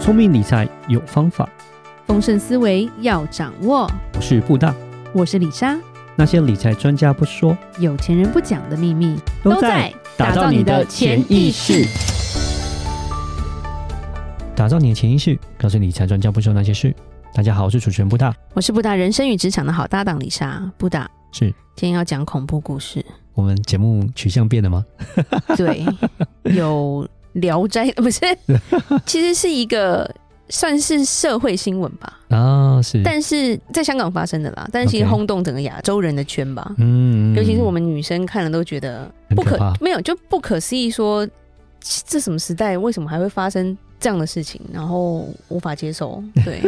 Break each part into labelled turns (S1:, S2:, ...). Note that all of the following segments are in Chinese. S1: 聪明理财有方法，
S2: 丰盛思维要掌握。
S1: 我是布大。
S2: 我是李莎，
S1: 那些理财专家不说，
S2: 有钱人不讲的秘密
S1: 打造你的潜意识。，打造你的潜意识，告诉理财专家不说那些事。大家好，我是主持人布大。
S2: 我是布达人生与职场的好搭档李莎。布达
S1: 是
S2: 今天要讲恐怖 故事，
S1: 我们节目取向变了吗？
S2: 对，有《聊斋》 不是，其实是一个算是社会新闻吧，
S1: 啊，是，
S2: 但是在香港发生的啦，但是其实
S1: OK
S2: 轰动整个亚洲人的圈吧。
S1: 嗯
S2: 尤其是我们女生看了都觉得
S1: 很
S2: 不
S1: 可
S2: 可
S1: 怕
S2: 没有就不可思议说，这这什么时代为什么还会发生这样的事情，然后无法 接受。对，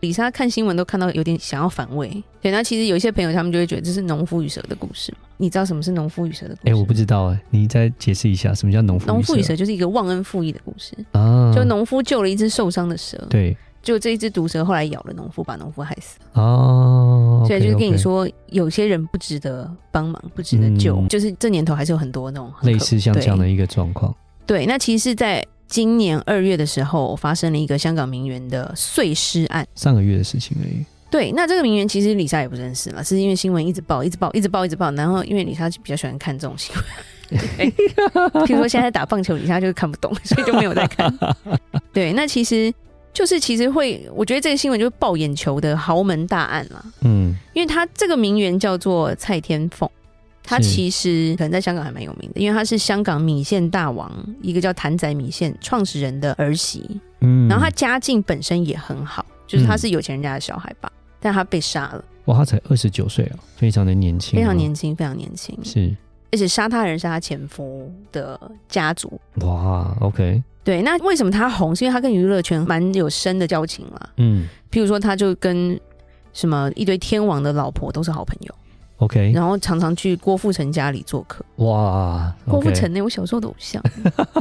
S2: 李莎看新闻都看到有点想要反胃。对，那其实有一些朋友他们就会觉得这是农夫与蛇的故事嘛。你知道什么是农夫与蛇的故
S1: 哎、
S2: 事？
S1: 我不知道哎，你再解释一下什么叫农夫
S2: 农夫与
S1: 蛇
S2: 蛇就是一个忘恩负义的故事，
S1: 啊？
S2: 就农夫救了一只受伤的蛇，
S1: 对
S2: 就这一只毒蛇后来咬了农夫，把农夫害死。
S1: 哦，
S2: 所以
S1: OK，
S2: 就是跟你
S1: OK
S2: 说，有些人不值得帮忙，不值得救，
S1: 嗯
S2: 就是这年头还是有很多那种很
S1: 类
S2: 可
S1: 似像这样
S2: 对
S1: 的一个状况，
S2: 对，那其实是在今年二月的时候发生了一个香港名媛的碎尸案。
S1: 上个月的事情而已。
S2: 对，那这个名媛其实李莎也不认识了，是因为新闻一直报，一直报，一直报，一直报。然后因为李莎就比较喜欢看这种新闻。对譬如说现在打棒球，李莎就是看不懂，所以就没有在看。对，那其实就是其实会，我觉得这个新闻就是爆眼球的豪门大案啦。
S1: 嗯，
S2: 因为他这个名媛叫做蔡天凤，她
S1: 是
S2: 其实可能在香港还蛮有名的，因为她是香港米线大王一个叫谭仔米线创始人的儿媳，
S1: 嗯，
S2: 然后她家境本身也很好，就是她是有钱人家的小孩吧，但她被杀了，
S1: 哇，他才二十九岁啊，非常的年轻哦，
S2: 非常年轻，非常年轻，
S1: 是
S2: 而且杀她的人是她前夫的家族。
S1: 哇，OK，
S2: 对，那为什么她红？是因为她跟娱乐圈蛮有深的交情啦，
S1: 嗯
S2: 譬如说她就跟什么一堆天王的老婆都是好朋友，
S1: ，OK，
S2: 然后常常去郭富城家里做客。
S1: 哇，
S2: 郭富
S1: OK
S2: 城呢，我小时候的偶像。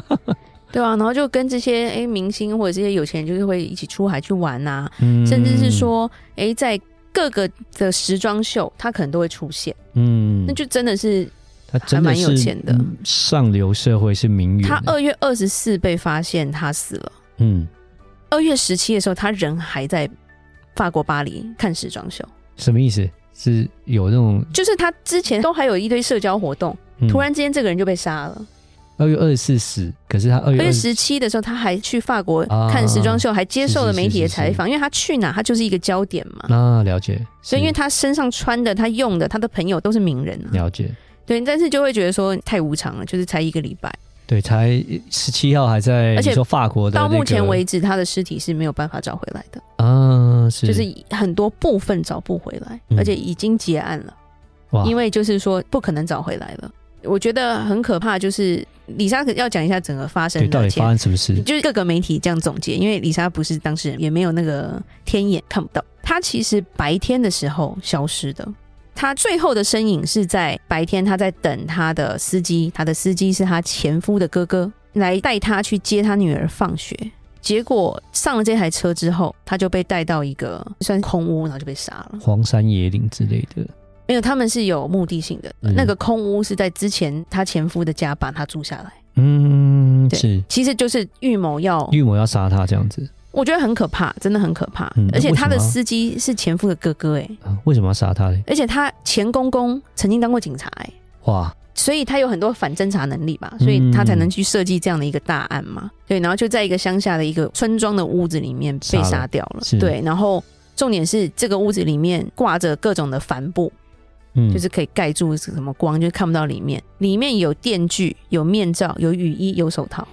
S2: 对啊，然后就跟这些哎明星或者这些有钱人，就是会一起出海去玩呐、
S1: 嗯
S2: 甚至是，说哎在各个的时装秀，他可能都会出现，
S1: 嗯，
S2: 那就真的是
S1: 他真
S2: 还
S1: 的
S2: 蛮有
S1: 是
S2: 钱的
S1: 嗯上流社会是名媛欸，
S2: 他二月二十四被发现他死了，
S1: 嗯，
S2: 二月十七的时候他人还在法国巴黎看时装秀，
S1: 什么意思？是有那种
S2: 就是他之前都还有一堆社交活动，
S1: 嗯
S2: 突然之间这个人就被杀了。
S1: 二月二十四死，可是他二月
S2: 二
S1: 二
S2: 月
S1: 十
S2: 十七的时候，他还去法国
S1: 啊
S2: 看时装秀，还接受了媒体的
S1: 是是是
S2: 采访，因为他去哪他就是一个焦点嘛。
S1: 啊，了解，
S2: 所
S1: 是
S2: 以，因为他身上穿的、他用的、他的朋友都是名人啊，
S1: 了解。
S2: 对，但是就会觉得说太无常了，就是才一个礼拜，
S1: 对，才十七号还在，
S2: 而且
S1: 你说法国的、那
S2: 到
S1: 个
S2: 目前为止，他的尸体是没有办法找回来的，
S1: 啊，是
S2: 就是很多部分找不回来，
S1: 嗯
S2: 而且已经结案了，
S1: 哇，
S2: 因
S1: 为
S2: 为就是说不可能找回来了。我觉得很可怕，就是李莎要讲一下整个发
S1: 对
S2: 生
S1: 到
S2: 的
S1: 底发生
S2: 前，
S1: 什么事？
S2: 就是各个媒体这样总结，因为李莎不是当事人，也没有那个天眼看不到，她其实白天的时候消失的，他最后的身影是在白天，他在等他的司机，他的司机是他前夫的哥哥，来带他去接他女儿放学。结果上了这台车之后，他就被带到一个算是空屋，然后就被杀了。
S1: 荒山野岭之类的，
S2: 没有，他们是有目的性的。
S1: 嗯
S2: 那个空屋是在之前他前夫的家把他住下来，
S1: 嗯，
S2: 对
S1: 是
S2: 其实就是预谋要，
S1: 预谋要杀他这样子
S2: 我觉得很可怕，真的很可怕。
S1: 嗯那
S2: 而且他的
S1: 为什么啊
S2: 司机是前夫的哥哥、欸，哎，
S1: 啊？为什么要杀他呢？
S2: 而且他前公公曾经当过警察、欸，
S1: 哇，
S2: 所以他有很多反侦查能力吧，
S1: 嗯
S2: 所以他才能去设计这样的一个大案嘛。对，然后就在一个乡下的一个村庄的屋子里面被
S1: 杀
S2: 杀
S1: 了
S2: 掉了
S1: 是。
S2: 对，然后重点是这个屋子里面挂着各种的帆布，
S1: 嗯，
S2: 就是可以盖住什么光，就看不到里面。里面有电锯、有面罩、有雨衣、有手套。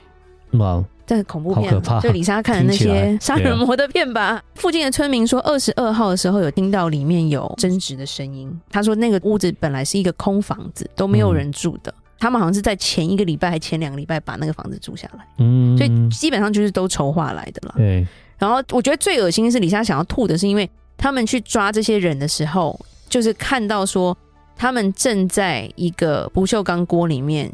S1: 哇，
S2: 这很恐怖
S1: 好
S2: 片、
S1: 可怕
S2: 就李莎看的那
S1: 听起
S2: 些
S1: 来
S2: 杀人魔的片吧。附近的村民说，二十二号的时候有听到里面有争执的声音。他说那个屋子本来是一个空房子，都没有人住的。他们好像是在前一个礼拜还前两个礼拜把那个房子住下来，
S1: 嗯，
S2: 所以基本上就是都筹划来的啦。
S1: 对，
S2: 然后我觉得最恶心的是李莎想要吐的是，因为他们去抓这些人的时候，就是看到说他们正在一个不锈钢锅里面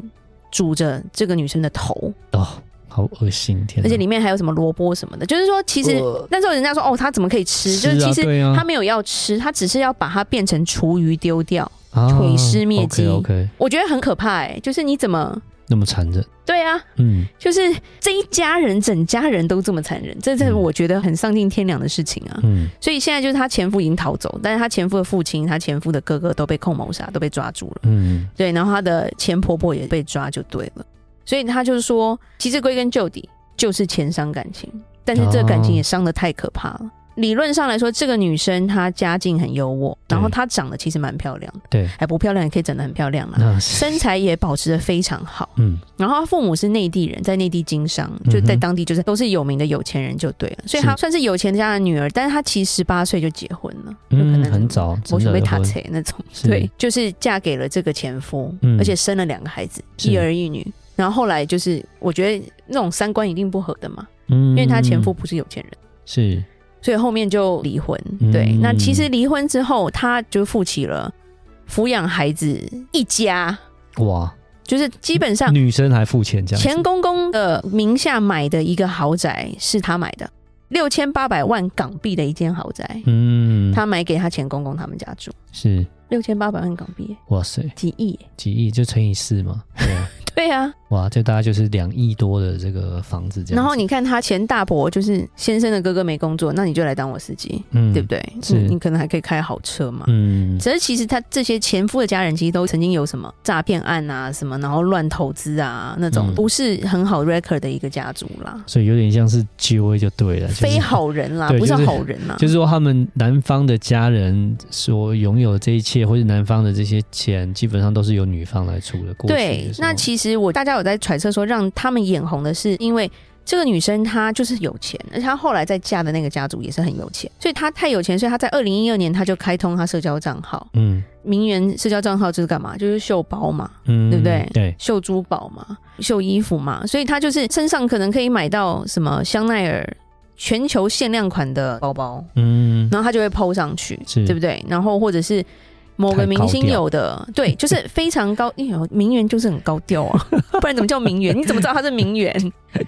S2: 煮着这个女生的头。
S1: 哦，好恶心，天哪，
S2: 而且里面还有什么萝卜什么的，就是说，其实
S1: 呃
S2: 那时候人家说哦，他怎么可以吃？
S1: 是啊
S2: 就是其实
S1: 对啊
S2: 他没有要吃，他只是要把它变成厨余丢掉。
S1: 啊
S2: 毁尸灭迹
S1: OK，
S2: 欸我觉得很可怕哎、就是你怎么
S1: 那么残忍。
S2: 对啊，
S1: 嗯，
S2: 就是这一家人，整家人都这么残忍，这是
S1: 嗯
S2: 我觉得很丧尽天良的事情啊。
S1: 嗯
S2: 所以现在就是她前夫已经逃走，但是她前夫的父亲、她前夫的哥哥都被控谋杀，都被抓住了。
S1: 嗯
S2: 对，然后她的前婆婆也被抓，就对了。所以她就是说，其实归根究底就是钱伤感情，但是这个感情
S1: 哦
S2: 也伤得太可怕了。理论上来说，这个女生她家境很优渥，然后
S1: 对
S2: 她长得其实蛮漂亮的，
S1: 对，
S2: 哎，不漂亮也可以长得很漂亮啦，
S1: 那是
S2: 身材也保持得非常好。
S1: 嗯
S2: 然后他父母是内地人，在内地经商，
S1: 哼
S2: 就在当地就是都是有名的有钱人就对了，所以他
S1: 是
S2: 算是有钱家的女儿，但是她其实十八岁就结婚了，就可
S1: 嗯
S2: 能
S1: 很早，
S2: 我
S1: 真
S2: 是
S1: 的
S2: 被他
S1: 婚
S2: 扯那种，
S1: 是
S2: 对，就是嫁给了这个前夫，
S1: 嗯
S2: 而且生了两个孩子，
S1: 是
S2: 一儿一女。然后后来就是，我觉得那种三观一定不合的嘛，
S1: 嗯，
S2: 因
S1: 因
S2: 为她前夫不是有钱人，
S1: 是
S2: 所以后面就离婚。
S1: 嗯
S2: 对，那其实离婚之后，她就负起了抚养孩子一家，
S1: 哇，
S2: 就是基本上
S1: 女生还付钱这嗯样子，
S2: 前公公的名下买的一个豪宅是他买的，六千八百万港币的一间豪宅，
S1: 嗯，
S2: 他买给他前公公他们家住，
S1: 是
S2: 六千八百万港币，
S1: 哇塞，
S2: 几亿耶。
S1: 几亿就乘以四嘛，对 啊，
S2: 对啊，
S1: 哇，这大概就是两亿多的这个房子这样子，
S2: 然后你看他前大伯就是先生的哥哥没工作，那你就来当我司机，
S1: 嗯
S2: 对不？对？
S1: 是
S2: 你你可能还可以开好车嘛。
S1: 嗯，
S2: 只是其实他这些前夫的家人其实都曾经有什么诈骗案啊，什么然后乱投资啊那种
S1: 嗯
S2: 不是很好 record 的一个家族啦，
S1: 所以有点像是 GO 就对了，就是
S2: 非好人啦，
S1: 对
S2: 不是
S1: 就是
S2: 好人啦，
S1: 就是说，他们男方的家人所拥有的这一切，或是男方的这些钱，基本上都是由女方来出的。过去
S2: 对
S1: 的，时候
S2: 那其实我大家有在揣测说，让他们眼红的是因为。这个女生她就是有钱，而且她后来再嫁的那个家族也是很有钱，所以她太有钱，所以她在二零一二年她就开通她社交账号，
S1: 嗯
S2: 名媛社交账号就是干嘛？就是秀包嘛，
S1: 嗯，
S2: 对不对
S1: 对，
S2: 秀珠宝嘛，秀衣服嘛，所以她就是身上可能可以买到什么香奈儿全球限量款的包包，
S1: 嗯，
S2: 然后她就会 PO 上去，
S1: 是
S2: 对不对？然后或者是某个明星有的，对，就是非常高，因为名媛就是很高调啊，不然怎么叫名媛？你怎么知道她是名媛？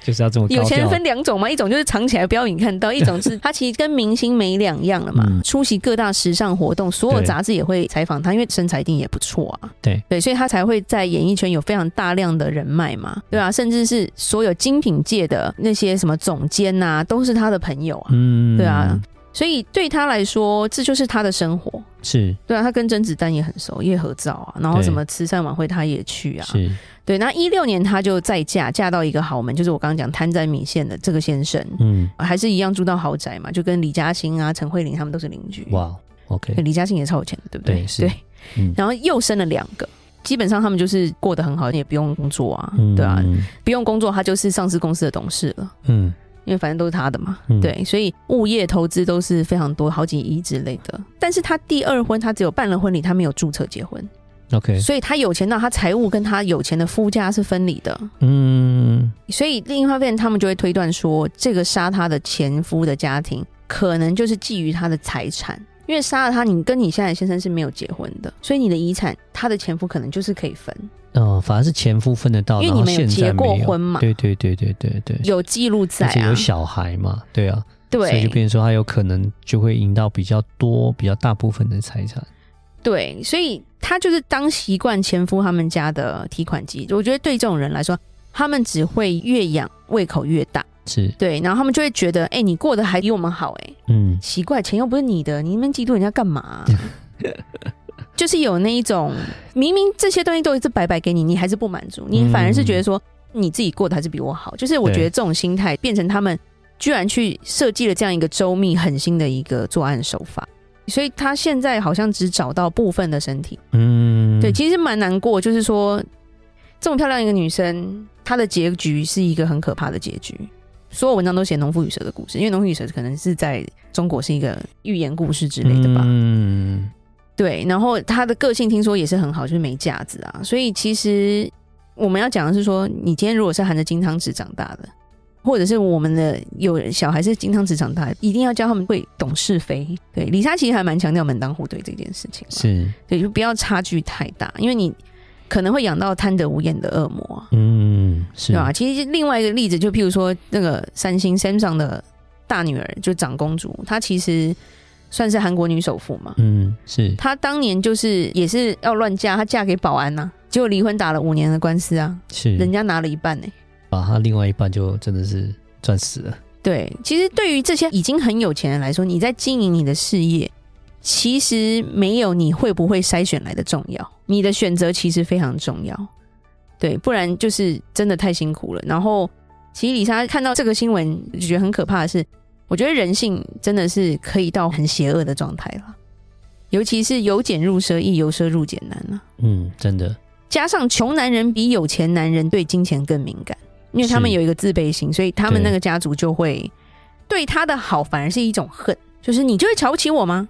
S1: 就是要这么高
S2: 有钱人
S1: 调。
S2: 分两种嘛，一种就是藏起来不要你看到，一 种是她其实跟明星没两样了嘛。
S1: 嗯
S2: 出席各大时尚活动，所有
S1: 对
S2: 杂志也会采访她，因为身材一定也不错啊。
S1: 对
S2: 对，所以她才会在演艺圈有非常大量的人脉
S1: 嗯
S2: 嘛，对啊，甚至是所有精品界的那些什么总监呐、都是她的朋友啊。
S1: 嗯，
S2: 对啊，所以对她来说，这就是她的生活。
S1: 是
S2: 对啊，他跟甄子丹也很熟，也合照啊，然后
S1: 对
S2: 什么慈善晚会他也去啊。
S1: 是，
S2: 对，那一六年他就再嫁，嫁到一个豪门，就是我刚刚讲摊在米线的这个先生，
S1: 嗯，
S2: 还是一样住到豪宅嘛，就跟李嘉欣啊、陈慧琳他们都是邻居。
S1: 哇，OK，
S2: 对，李啊嘉欣也超有钱的，对不对？
S1: 对是嗯
S2: 然后又生了两个。基本上他们就是过得很好，也不用工作啊，
S1: 嗯，
S2: 对啊，
S1: 嗯
S2: 不用工作，他就是上市公司的董事了，
S1: 嗯，
S2: 因为反正都是他的嘛，
S1: 嗯
S2: 对，所以物业投资都是非常多，好几亿之类的。但是他第二婚，他只有办了婚礼，他没有注册结婚，
S1: ，OK，
S2: 所以他有钱到他财务跟他有钱的夫家是分离的，
S1: 嗯，
S2: 所以另一方面他们就会推断说，这个杀他的前夫的家庭可能就是觊觎他的财产，因为杀了他，你跟你现在的先生是没有结婚的，所以你的遗产他的前夫可能就是可以分，
S1: 哦，反而是前夫分得到，
S2: 因为
S1: 然
S2: 你
S1: 后
S2: 们有
S1: 现在
S2: 结过
S1: 没有
S2: 婚嘛
S1: 对对对对对对，
S2: 有记录在
S1: 而且
S2: 啊
S1: 有，小孩嘛，对啊，所以就
S2: 对
S1: 变成说他有可能就会赢到比较多、比较大部分的财产。
S2: 对，所以他就是当习惯前夫他们家的提款机，我觉得对这种人来说，他们只会越养胃口越大，
S1: 是，
S2: 对，然后他们就会觉得，哎、你过得还比我们好、哎。
S1: 嗯，
S2: 奇怪，钱又不是你的，你那边嫉妒人家干嘛啊、就是有那一种，明明这些东西都是白白给你，你还是不满足，你反而是觉得说你自己过得还是比我好。就是我觉得这种心态变成他们居然去设计了这样一个周密狠心的一个作案手法。所以他现在好像只找到部分的身体，
S1: 嗯，
S2: 对，其实蛮难过。就是说，这么漂亮一个女生，她的结局是一个很可怕的结局。所有文章都写农夫与蛇的故事，因为农夫与蛇可能是在中国是一个寓言故事之类的吧。
S1: 嗯，
S2: 对，然后她的个性听说也是很好，就是没架子啊。所以其实我们要讲的是说，你今天如果是含着金汤匙长大的，或者是我们的有小孩是金汤匙长大的，一定要教他们会懂是非。对，李莎其实还蛮强调门当户对这件事情嘛。
S1: 是，
S2: 对，就不要差距太大，因为你可能会养到贪得无厌的恶魔啊，
S1: 嗯，是
S2: 对啊吧？其实另外一个例子，就譬如说那个三星 Samsung 的大女儿，就长公主，她其实算是韩国女首富嘛。
S1: 嗯，是，
S2: 她当年就是也是要乱嫁，她嫁给保安呐、结果离婚打了五年的官司啊，
S1: 是
S2: 人家拿了一半呢、
S1: 把他另外一半就真的是赚死了。
S2: 对，其实对于这些已经很有钱人来说，你在经营你的事业，其实没有你会不会筛选来的重要，你的选择其实非常重要。对，不然就是真的太辛苦了。然后，其实李莎看到这个新闻，就觉得很可怕的是，我觉得人性真的是可以到很邪恶的状态了，尤其是由俭入奢易，由奢入俭难啊了、
S1: 嗯，真的
S2: 加上穷男人比有钱男人对金钱更敏感，因为他们
S1: 是
S2: 有一个自卑心，所以他们
S1: 对
S2: 那个家族就会对他的好反而是一种恨，就是你就会瞧不起我吗？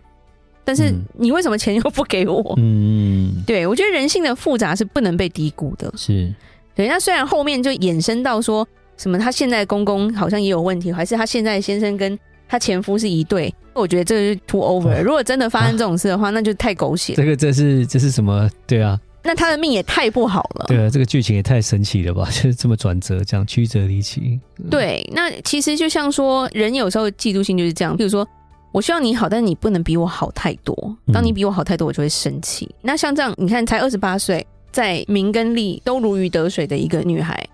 S2: 但是
S1: 嗯
S2: 你为什么钱又不给我？
S1: 嗯，
S2: 对我觉得人性的复杂是不能被低估的。
S1: 是
S2: 对，那虽然后面就衍生到说什么，他现在公公好像也有问题，还是他现在的先生跟他前夫是一对，我觉得这就是 too over 了。
S1: 哦
S2: 如果真的发生这种事的话，那就太狗血了，
S1: 这个，这是这是什么？对啊，
S2: 那他的命也太不好了。
S1: 对啊，这个剧情也太神奇了吧！ 就是这么转折，这样曲折离奇。
S2: 对，那其实就像说，人有时候嫉妒心就是这样，比如说。我希望你好，但你不能比我好太多。当你
S1: 嗯
S2: 比我好太多，我就会生气。那像这样，你看才二十八岁，在名跟利都如鱼得水的一个女孩，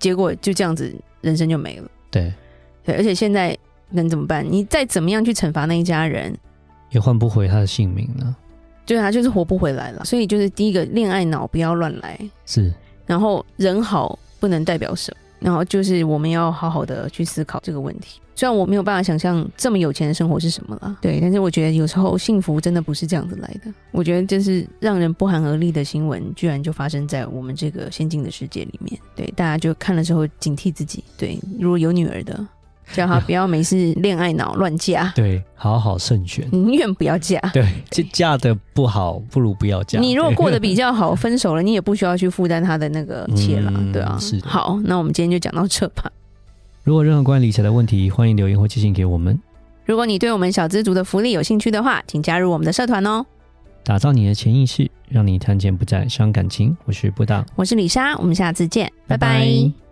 S2: 结果就这样子，人生就没了。
S1: 对，
S2: 对，而且现在能怎么办？你再怎么样去惩罚那一家人，
S1: 也换不回他的姓名了。
S2: 对他就是活不回来了。所以就是第一个，恋爱脑不要乱来，
S1: 是，
S2: 然后人好不能代表什么，然后就是我们要好好的去思考这个问题。虽然我没有办法想象这么有钱的生活是什么了，对，但是我觉得有时候幸福真的不是这样子来的。我觉得这是让人不寒而栗的新闻，居然就发生在我们这个先进的世界里面。对，大家就看了之后警惕自己。对，如果有女儿的，叫她不要没事恋爱脑乱嫁，
S1: 对，好好慎选。
S2: 宁愿不要嫁。
S1: 对，这嫁的不好，不如不要嫁。
S2: 你如果
S1: 对
S2: 过得比较好，分手了，你也不需要去负担他的那个切啦，
S1: 嗯
S2: 对啊。
S1: 是的
S2: 好，那我们今天就讲到这吧。
S1: 如果任何关于理财的问题，欢迎留言或寄信给我们。
S2: 如果你对我们小资族的福利有兴趣的话，请加入我们的社团哦。
S1: 打造你的潜意识，让你谈钱不再伤感情。我是布大，
S2: 我是李莎，我们下次见，拜拜
S1: 拜拜